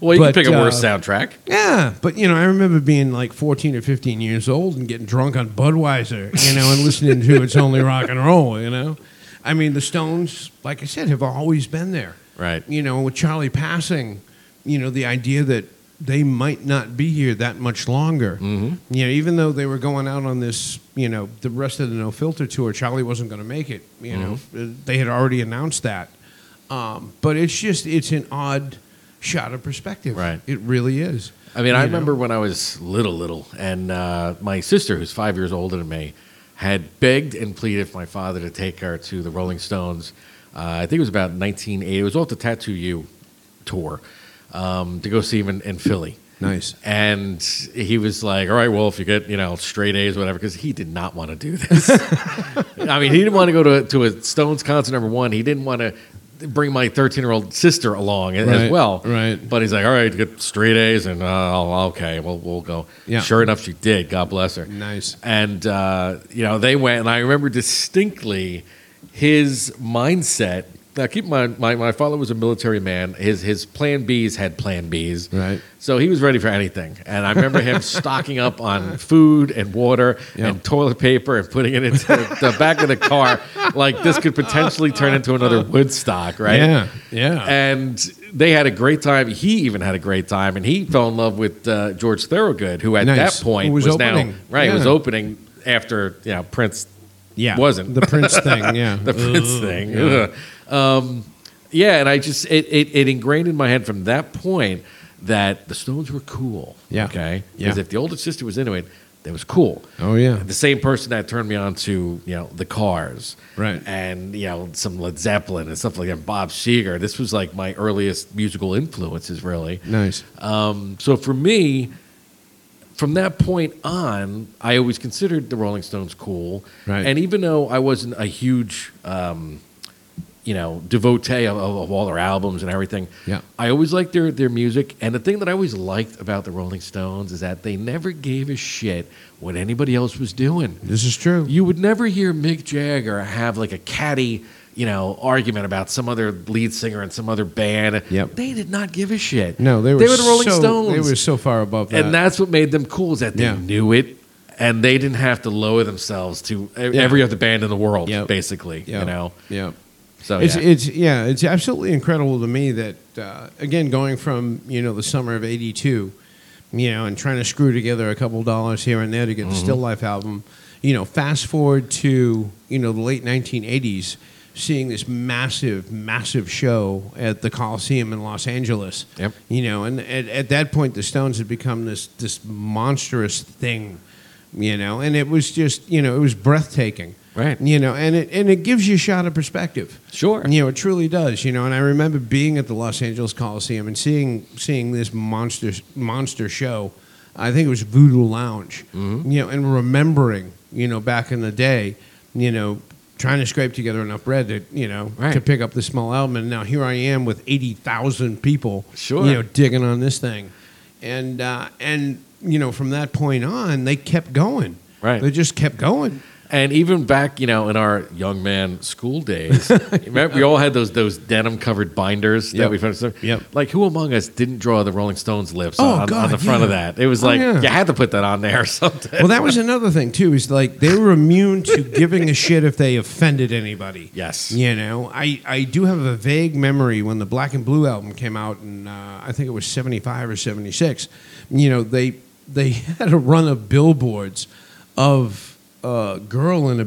well, you But, can pick a worse uh, soundtrack. Yeah, but you know, I remember being like fourteen or fifteen years old and getting drunk on Budweiser, you know, and listening to "It's Only Rock and Roll." You know, I mean, the Stones, like I said, have always been there Right. you know, with Charlie passing, you know, the idea that they might not be here that much longer. Mm-hmm. You know, even though they were going out on this, you know, the rest of the No Filter tour, Charlie wasn't going to make it. You Mm-hmm. know, Uh, they had already announced that. Um, but it's just, it's an odd shot of perspective. Right. It really is. I mean, I You know? remember when I was little, little, and uh, my sister, who's five years older than me, had begged and pleaded for my father to take her to the Rolling Stones. Uh, I think it was about 1980. It was off the Tattoo You tour um, to go see him in, in Philly. Nice. And he was like, "All right, well, if you get you know straight A's, whatever," because he did not want to do this. I mean, he didn't want to go to to a Stones concert. Number one, he didn't want to bring my 13 year old sister along a- as Right, well. right. But he's like, "All right, get straight A's," and oh, okay, well, we'll go. Yeah. Sure enough, she did. God bless her. Nice. And uh, you know, they went, and I remember distinctly his mindset Now, keep in mind, my, my father was a military man. His his plan Bs had plan Bs. Right. So he was ready for anything. And I remember him stocking up on food and water and toilet paper and putting it into the, the back of the car. Like this could potentially turn into another Woodstock, right? Yeah, yeah. And they had a great time. He even had a great time. And he fell in love with uh, George Thorogood, who at Nice. that point Who was was, now, opening. right, was Yeah. opening after you know, Prince Yeah, wasn't the Prince thing, yeah. the Prince Ugh, thing. yeah. Ugh. Um, yeah, and I just it, it it ingrained in my head from that point that the Stones were cool. Yeah. Okay. Because Yeah. if the older sister was into it, that was cool. Oh, yeah. The same person that turned me on to you know the Cars, right? And you know some Led Zeppelin and stuff like that. Bob Seger. This was like my earliest musical influences, really. Nice. Um, so for me, from that point on, I always considered the Rolling Stones cool. Right. And even though I wasn't a huge, um, you know, devotee of, of, of all their albums and everything, Yeah. I always liked their, their music. And the thing that I always liked about the Rolling Stones is that they never gave a shit what anybody else was doing. This is true. You would never hear Mick Jagger have like a catty, you know, argument about some other lead singer and some other band. Yep. They did not give a shit. No, they were, They were the Rolling so, They Stones. were so far above that. And that's what made them cool is that they Yeah. knew it and they didn't have to lower themselves to e- Yeah. every other band in the world, Yep. basically. You Yep. know? Yeah. So it's yeah. it's yeah, it's absolutely incredible to me that uh, again going from you know the summer of '82, you know, and trying to screw together a couple dollars here and there to get Mm-hmm. the Mhm. Still Life album, you know, fast forward to you know the late 1980s, seeing this massive, massive show at the Coliseum in Los Angeles. Yep. You know, and at, at that point, the Stones had become this this monstrous thing, you know, and it was just you know it was breathtaking. Right. You know, and it and it gives you a shot of perspective. Sure. You know, it truly does. You know, and I remember being at the Los Angeles Coliseum and seeing seeing this monster monster show. I think it was Voodoo Lounge. Mm-hmm. You know, and remembering, you know, back in the day, you know, trying to scrape together enough bread to, you know, to pick up the small album. And now here I am with eighty thousand people, Sure. you know, digging on this thing, and uh, and you know, from that point on, they kept going. Right. They just kept going. And even back, you know, in our young man school days, remember we all had those those denim covered binders that Yep. we found. Yep. Like who among us didn't draw the Rolling Stones lips Oh, on, on God, the front of yeah. that? It was Oh, like yeah. you had to put that on there or something. Well, that was another thing too. Is like they were immune to giving a shit if they offended anybody. Yes. You know, I I do have a vague memory when the Black and Blue album came out, and uh, I think it was seventy five or seventy six. You know, they they had a run of billboards of a girl in a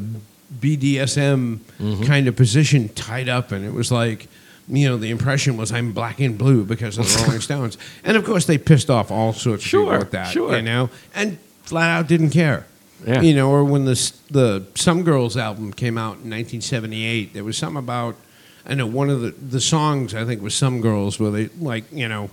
BDSM Mm-hmm. kind of position tied up, and it was like. You know, the impression was I'm black and blue because of the Rolling Stones, and of course they pissed off all sorts of people Sure, with that. sure. You know, and flat out didn't care. Yeah. You know, or when the the Some Girls album came out in 1978, there was some about I know one of the the songs I think was Some Girls where they like you know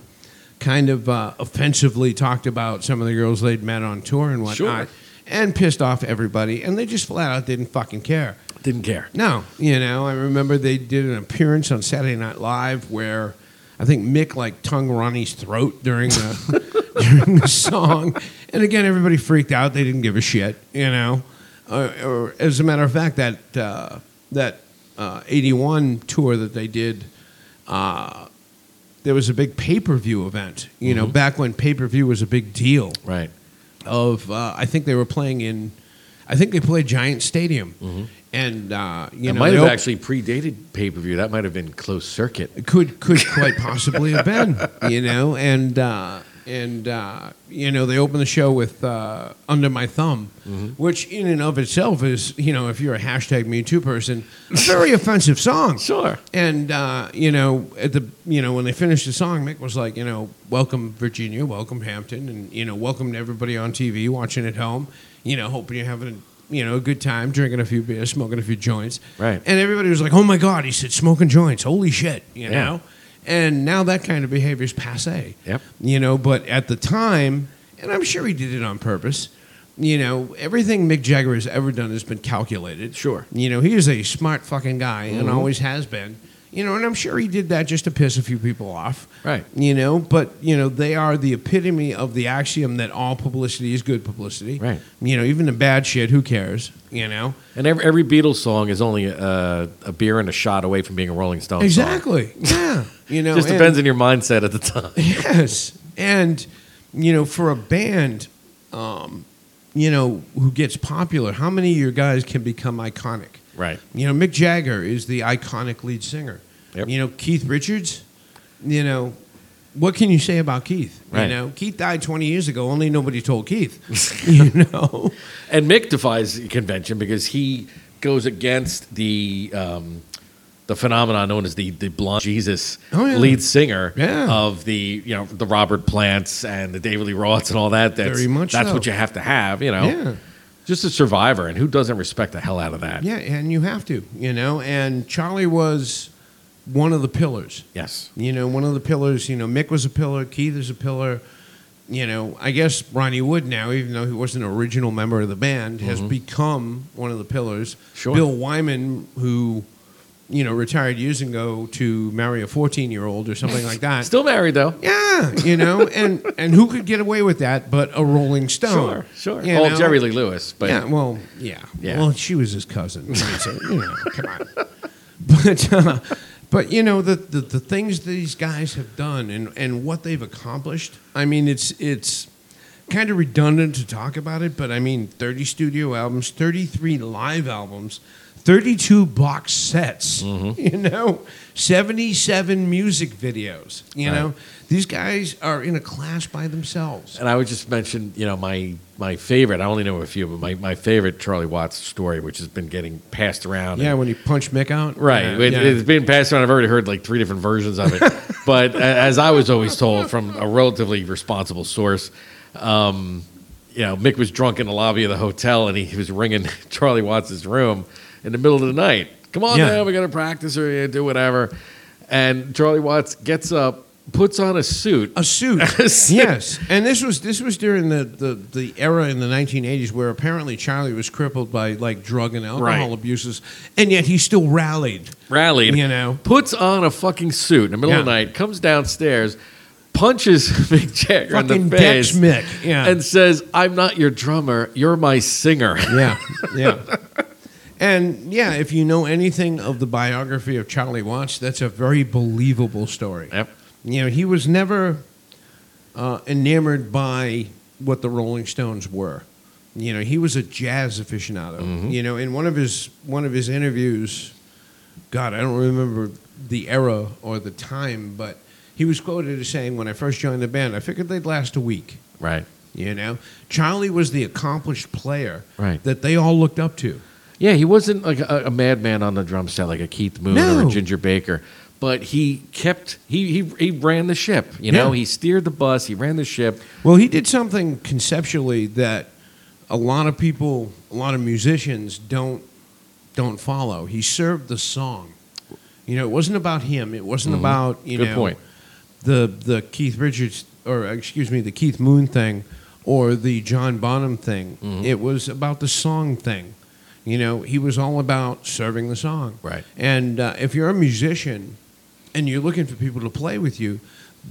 kind of uh, offensively talked about some of the girls they'd met on tour and Sure. whatnot. And pissed off everybody, and they just flat out didn't fucking care. Didn't care. No, you know, I remember they did an appearance on Saturday Night Live where I think Mick like tongue Ronnie's throat during the during the song, and again everybody freaked out. They didn't give a shit, you know. Or, or as a matter of fact, that uh, that uh, '81 tour that they did, uh, there was a big pay per view event. You know, Mhm. back when pay per view was a big deal. Right. Of uh, I think they were playing in, I think they played Giant Stadium, and uh, you it know Mm-hmm. might they have op- actually predated pay per view. That might have been closed circuit. could could quite possibly have been, you know, and uh, and uh, you know they opened the show with uh, "Under My Thumb," Mm-hmm. which in and of itself is, you know, if you're a hashtag Me Too person, a very offensive song. Sure. And uh, you know, at the you know when they finished the song, Mick was like, you know, welcome Virginia, welcome Hampton, and you know, welcome to everybody on TV watching at home. You know, hoping you're having. You know, a good time drinking a few beers, smoking a few joints. Right. And everybody was like, oh my God, he said smoking joints. Holy shit, you Yeah. know? And now that kind of behavior is passe, Yep. you know? But at the time, and I'm sure he did it on purpose, you know, everything Mick Jagger has ever done has been calculated. Sure. You know, he is a smart fucking guy and Mhm. always has been. You know, and I'm sure he did that just to piss a few people off. Right. You know, but, you know, they are the epitome of the axiom that all publicity is good publicity. Right. You know, even the bad shit, who cares? You know? And every, every Beatles song is only a, a beer and a shot away from being a Rolling Stone song. Exactly. Yeah. You know, Oh, just and- depends on your mindset at the time. Yes, and you know, for a band, um, you know, who gets popular, how many of your guys can become iconic? Right. You know, Mick Jagger is the iconic lead singer. You know, Keith Richards. You know, what can you say about Keith? Right. You know, Keith died twenty years ago. Only nobody told Keith. you know. And Mick defies convention because he goes against the um, the phenomenon known as the the blonde Jesus Oh, yeah. lead singer Yeah. of the you know the Robert Plants and the David Lee Roths and all that. That's Very much that's so. what you have to have, you know. Yeah. Just a survivor, and who doesn't respect the hell out of that? Yeah, and you have to, you know. And Charlie was one of the pillars. Yes. You know, one of the pillars. You know, Mick was a pillar. Keith is a pillar. You know, I guess Ronnie Wood now, even though he wasn't an original member of the band, has Mhm. become one of the pillars. Sure. Bill Wyman, who you know retired years ago to marry a fourteen-year-old or something like that. Still married though. Yeah, you know, and and who could get away with that but a Rolling Stone? Sure, sure. You well, know? Jerry Lee Lewis, but yeah, well, yeah, Yeah. Well, she was his cousin, right, so, you know, come on. But uh, but you know the, the the things these guys have done and and what they've accomplished. I mean, it's it's kind of redundant to talk about it, but I mean, thirty studio albums, thirty three live albums, thirty two box sets. Mm-hmm. You know, seventy seven music videos. You Right. know, these guys are in a class by themselves. And I would just mention, you know, my my favorite. I only know a few, but my, my favorite Charlie Watts story, which has been getting passed around. Yeah, when you punch Mick out, Right. Yeah, it, yeah. It's been passed around. I've already heard like three different versions of it. but a- as I was always told from a relatively responsible source, um, you know, Mick was drunk in the lobby of the hotel and he was ringing Charlie Watts' room in the middle of the night. Come on Yeah. down. We got to practice or uh, do whatever. And Charlie Watts gets up, puts on a suit. A suit. yes, and this was this was during the, the, the era in the 1980s where apparently Charlie was crippled by like drug and alcohol Right. abuses, and yet he still rallied. rallied, You know. puts on a fucking suit in the middle of the Yeah. night, comes downstairs, punches Mick Jagger in Fucking the face, decks Mick, yeah. and says, "I'm not your drummer, you're my singer." Yeah, yeah. And yeah, if you know anything of the biography of Charlie Watts, that's a very believable story. Yep. You know, he was never uh, enamored by what the Rolling Stones were. You know, he was a jazz aficionado. You know, in one of his one of his interviews, God, I don't remember the era or the time, but he was quoted as saying, "When I first joined the band, I figured they'd last a week." right, You know, Charlie was the accomplished player right. that they all looked up to. Yeah, he wasn't like a, a madman on the drum set like a Keith Moon or No. a Ginger Baker, but he kept he he, he ran the ship. You know, Yeah. he steered the bus, he ran the ship. Well, he did something conceptually that a lot of people, a lot of musicians don't don't follow. He served the song. You know, it wasn't about him. It wasn't Mhm. about you Good know point. the the Keith Richards or excuse me the Keith Moon thing or the John Bonham thing. Mm-hmm. It was about the song thing. You know, he was all about serving the song. Right. And uh, if you're a musician and you're looking for people to play with you,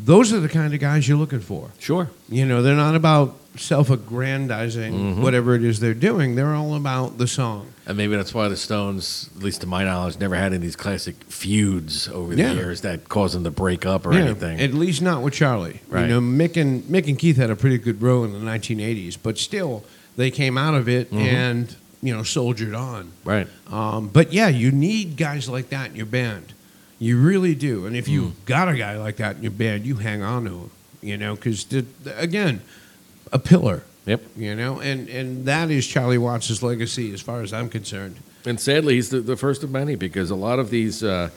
those are the kind of guys you're looking for. Sure. You know, they're not about self aggrandizing Mhm. whatever it is they're doing. They're all about the song. And maybe that's why the Stones, at least to my knowledge, never had any of these classic feuds over Yeah. the years that caused them to break up or Yeah, anything. At least not with Charlie. Right. You know, Mick and Mick and Keith had a pretty good row in the 1980s, but still they came out of it Mhm. and you know soldiered on. Right. Um, but yeah, you need guys like that in your band. You really do. And if you've Mm. got a guy like that in your band, you hang on to him. You know, because again, a pillar. Yep. You know, and and that is Charlie Watts' legacy, as far as I'm concerned. And sadly, he's the, the first of many because a lot of these uh,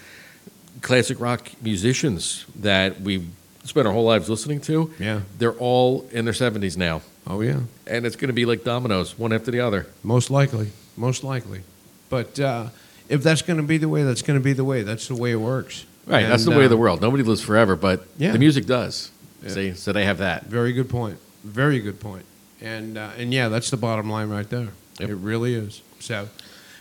classic rock musicians that we spent our whole lives listening to, Yeah. they're all in their 70s now. Oh yeah. And it's going to be like dominoes, one after the other. Most likely, most likely. But uh, if that's going to be the way, that's going to be the way. That's the way it works. Right. that's the And, way uh, of the world. Nobody lives forever, but Yeah. the music does. Yeah. See? So they have that. Very good point. Very good point. And uh, and yeah, that's the bottom line right there. It really is. So,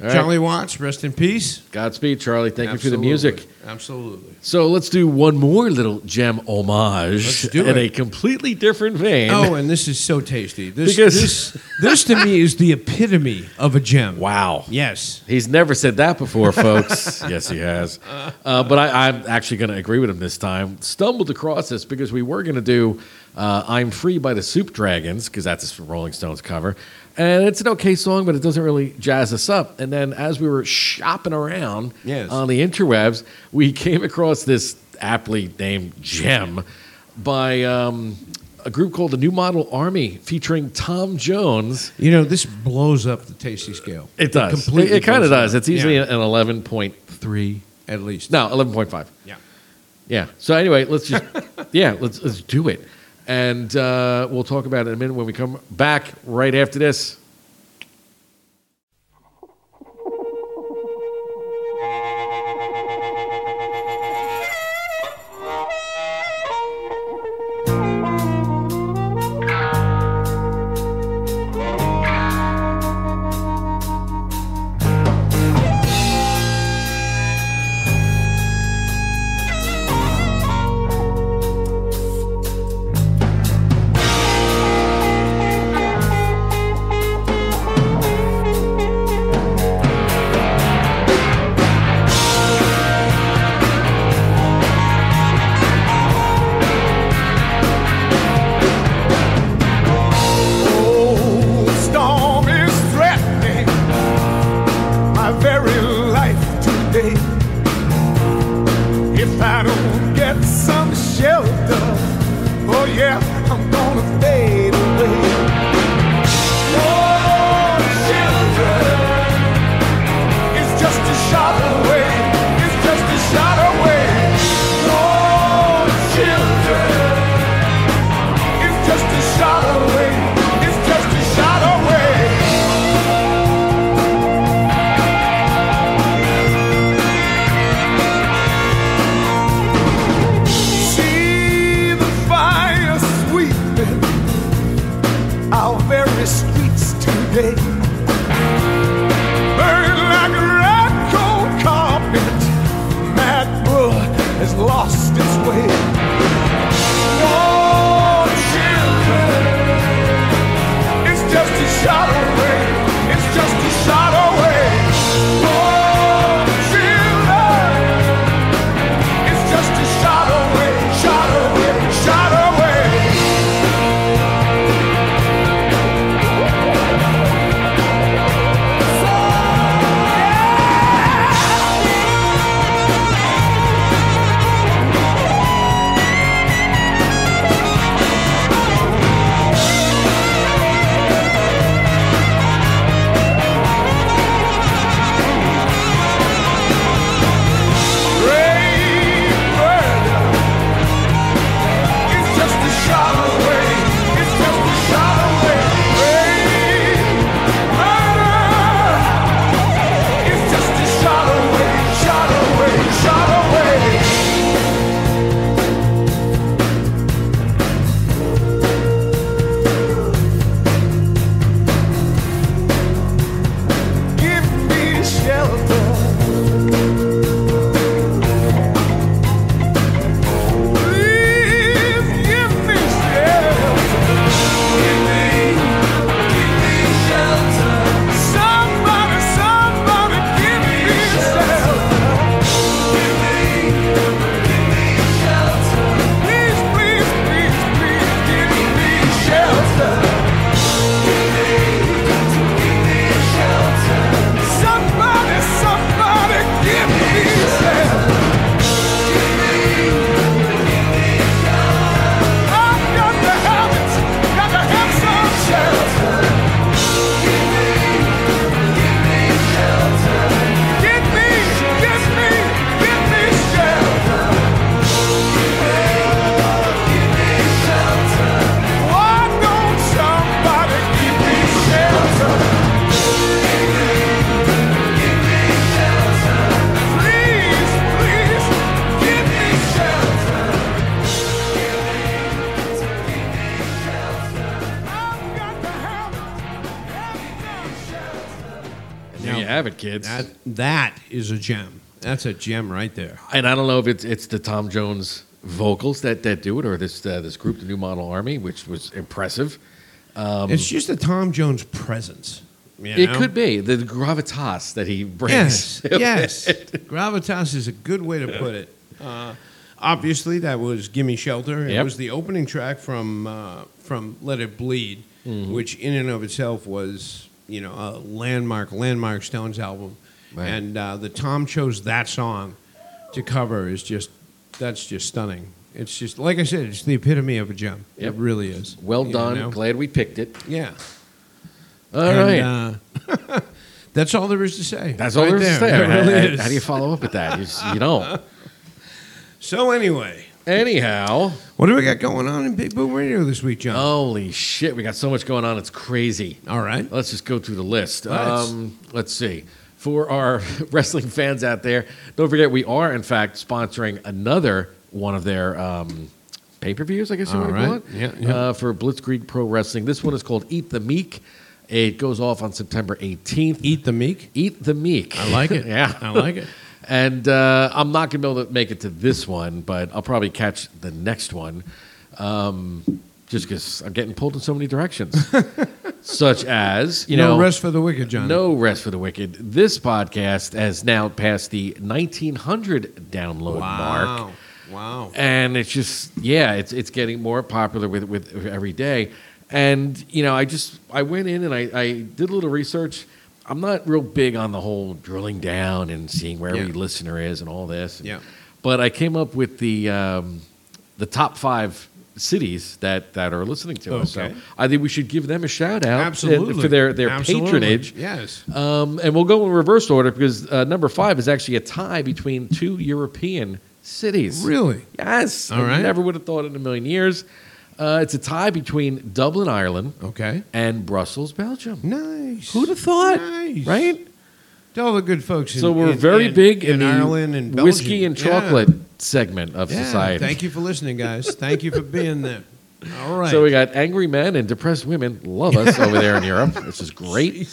All right. Charlie Watts, rest in peace. Godspeed, Charlie. Thank you for the music. Absolutely. So let's do one more little gem homage Let's do in it. a completely different vein. Oh, and this is so tasty. This, Because- this, this to me is the epitome of a gem. Wow. Yes. He's never said that before, folks. yes, he has. Uh, but I, I'm actually going to agree with him this time. Stumbled across this because we were going to do uh, I'm Free by the Soup Dragons, because that's a Rolling Stones cover. And it's an okay song, but it doesn't really jazz us up. And then as we were shopping around Yes. on the interwebs, we came across this aptly named gem by um, a group called the New Model Army featuring Tom Jones. You know, this blows up the tasty scale. It does. It- completely It, kind blows of does. up. It's usually Yeah. an eleven point three at least. No, eleven point five. Yeah. Yeah. So anyway, let's just yeah, let's let's do it, and uh, we'll talk about it in a minute when we come back. Right after this. The storm is threatening my very life today. If I don't get some shelter, oh yeah, I'm gonna fade away. Lord, shelter is just a shot away. It's just a shot away. Lord, shelter. It's just a shot away. It's just a shot away. See the fire sweeping our very streets today. Burn like a red cold carpet. Mad bull has lost its way. Lord, children, it's just a shot away. It's just a shot away. Lord, children, it's just a shot away, shot away, shot away. It's There you have it, kids. That, that is a gem. That's a gem right there. And I don't know if it's it's the Tom Jones vocals that, that do it, or this uh, this group, the New Model Army, which was impressive. Um, it's just a Tom Jones presence. you it know? could be the gravitas that he brings. Yes, yes. Gravitas is a good way to put it. Uh, obviously, that was "Gimme Shelter." It Uh-huh. Yep. was the opening track from uh, from "Let It Bleed," Mhm. which in and of itself was you know a landmark landmark Stones album. Right. And uh, the Tom chose that song to cover is just that's just stunning. It's just like I said, it's the epitome of a gem. Yep. It really is. Well You done. know? Glad we picked it. Yeah. All right. And, uh, that's all there is to say. That's all Right there is there. there. It really How- how, is. how do you follow up with that? You, s- you don't. So anyway, Anyhow, what do we got going on in Big Boom Radio this week, John? Holy shit, we got so much going on. It's crazy. All right, let's just go through the list. Let's. Um, let's see. For our wrestling fans out there, don't forget we are in fact sponsoring another one of their um, pay per views. I guess you All want to call right. it. Yeah, yeah. Uh, for Blitzkrieg Pro Wrestling, this one is called Eat the Meek. It goes off on September 18th. Eat the Meek. Eat the Meek. I like it. yeah, I like it. And uh, I'm not going to be able to make it to this one, but I'll probably catch the next one um, just because I'm getting pulled in so many directions, such as, you no know, rest for the wicked, John. no rest for the wicked. This podcast has now passed the 1900 download mark wow, wow. and it's just yeah it's it's getting more popular with with every day and you know i just i went in and i i did a little research i'm not real big on the whole drilling down and seeing where every Yeah. listener is and all this Yeah. but i came up with the um the top five cities that that are listening to us so Okay. i think we should give them a shout out uh, Absolutely. for their their Absolutely. patronage Yes. um, and we'll go in reverse order because uh, number five is actually a tie between two European cities. Really? Yes. All I right. Never would have thought in a million years. Uh, it's a tie between Dublin, Ireland, okay, and Brussels, Belgium. Nice. Who'd have thought? Nice. Right. To all the good folks. In, So we're in- very in- big in, in, the Ireland and Belgium. whiskey and Yeah. chocolate segment of Yeah. society. Thank you for listening, guys. Thank you for being there. All right. So we got angry men and depressed women love us over there in Europe, which is great.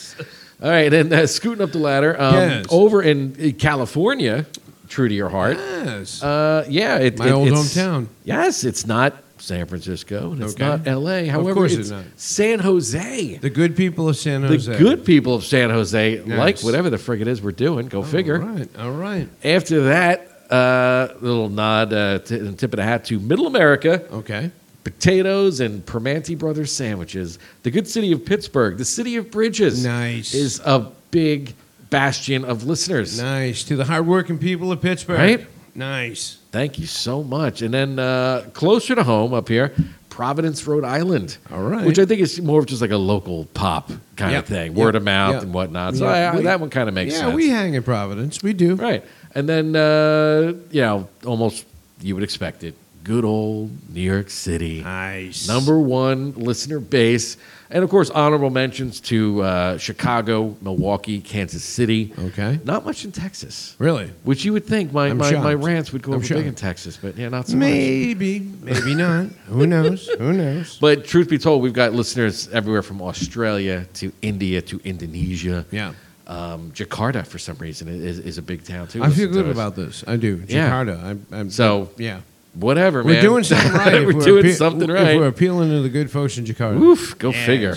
All right, and uh, scooting up the ladder um, Yes. over in uh, California, true to your heart. Yes. Uh, yeah, it, My it- old it's- hometown. Yes, it's not San Francisco and it's Okay. not L.A. Of However, course it's, it's not. San Jose. the good people of San The Jose. good people of San Jose like Yes. whatever the frig it is we're doing. Go figure. All right. All right. After that, uh, little nod uh, t- and tip of the hat to Middle America. Okay. Potatoes and Permanti Brothers sandwiches. The good city of Pittsburgh, the city of bridges, Nice. is a big bastion of listeners. Nice to the hardworking people of Pittsburgh. Right? Nice. Thank you so much. And then uh, closer to home up here, Providence, Rhode Island. All right. Which I think is more of just like a local pop kind Yep. of thing, Yep. word of mouth Yep. and whatnot. So Yeah, I- I- we- that one kind of makes yeah, sense. we hang in Providence. We do. Right. And then, uh, you know, almost you would expect it. Good old New York City. Nice. Number one listener base. And of course, honorable mentions to uh, Chicago, Milwaukee, Kansas City. Okay. Not much in Texas. Really? Which you would think my, I'm my, my shocked. rants would go I'm over big in shocked. Texas, but yeah, not so much. Maybe. Maybe not. Who knows? Who knows? But truth be told, we've got listeners everywhere from Australia to India to Indonesia. Yeah. Um, Jakarta, for some reason, is, is a big town too. I Listen feel to good us. about this. I do. Yeah. Jakarta. I'm, I'm, So yeah. whatever, We're man. doing something right. if we're, we're doing appe- something If we're right. appealing to the good folks in Jakarta. Oof, go figure.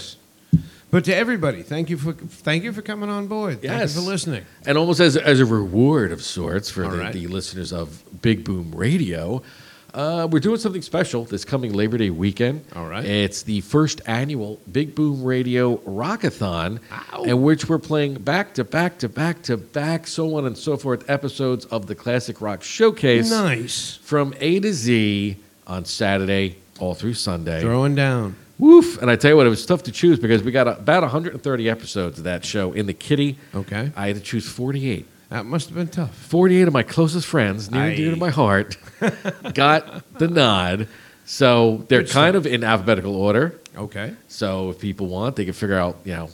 But to everybody, thank you for thank you for coming on board. Thank Yes. you for listening. And almost as as a reward of sorts for All the, right. the listeners of Big Boom Radio. Uh, we're doing something special this coming Labor Day weekend. All right. It's the first annual Big Boom Radio Rockathon, in which we're playing back to back to back to back, so on and so forth, episodes of the Classic Rock Showcase Nice. from A to Z on Saturday all through Sunday. Throwing down. Woof! And I tell you what, it was tough to choose because we got about 130 episodes of that show in the kitty. Okay. I had to choose 48. That must have been tough. 48 of my closest friends, near and dear to Aye. my heart, got the nod. So they're Good kind of in alphabetical order. Okay. So if people want, they can figure out, you know,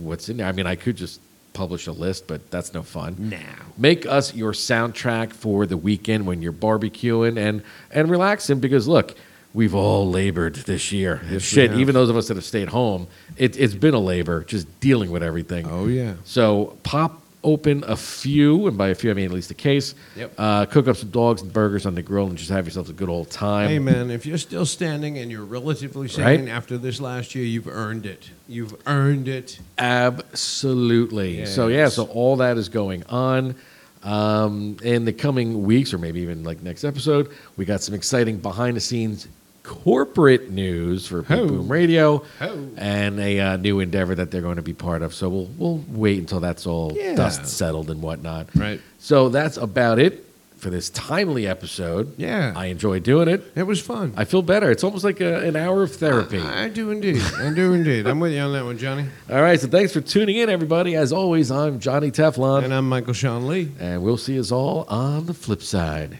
what's in there. I mean, I could just publish a list, but that's no fun. Now. Make us your soundtrack for the weekend when you're barbecuing and and relaxing because look, we've all labored this year. Yes, we Shit, have. even those of us that have stayed home, it, it's been a labor just dealing with everything. Oh yeah. So pop open a few, and by a few I mean at least a case. Yep. Uh, cook up some dogs and burgers on the grill, and just have yourselves a good old time. hey man, if you're still standing and you're relatively Right? sane after this last year, you've earned it. You've earned it. Absolutely. So yeah, Yes. so all that is going on. Um, in the coming weeks, or maybe even like next episode, we got some exciting behind the scenes corporate news for Big Ho. Boom Radio Ho. and a uh, new endeavor that they're going to be part of. So we'll we'll wait until that's all Yeah. dust settled and whatnot. Right. So that's about it for this timely episode. Yeah. I enjoyed doing it. It was fun. I feel better. It's almost like a, an hour of therapy. I do indeed. I do indeed. I'm with you on that one, Johnny. All right, so thanks for tuning in, everybody. As always, I'm Johnny Teflon. And Uh, I'm Michael Sean Lee. And we'll see us all on the flip side.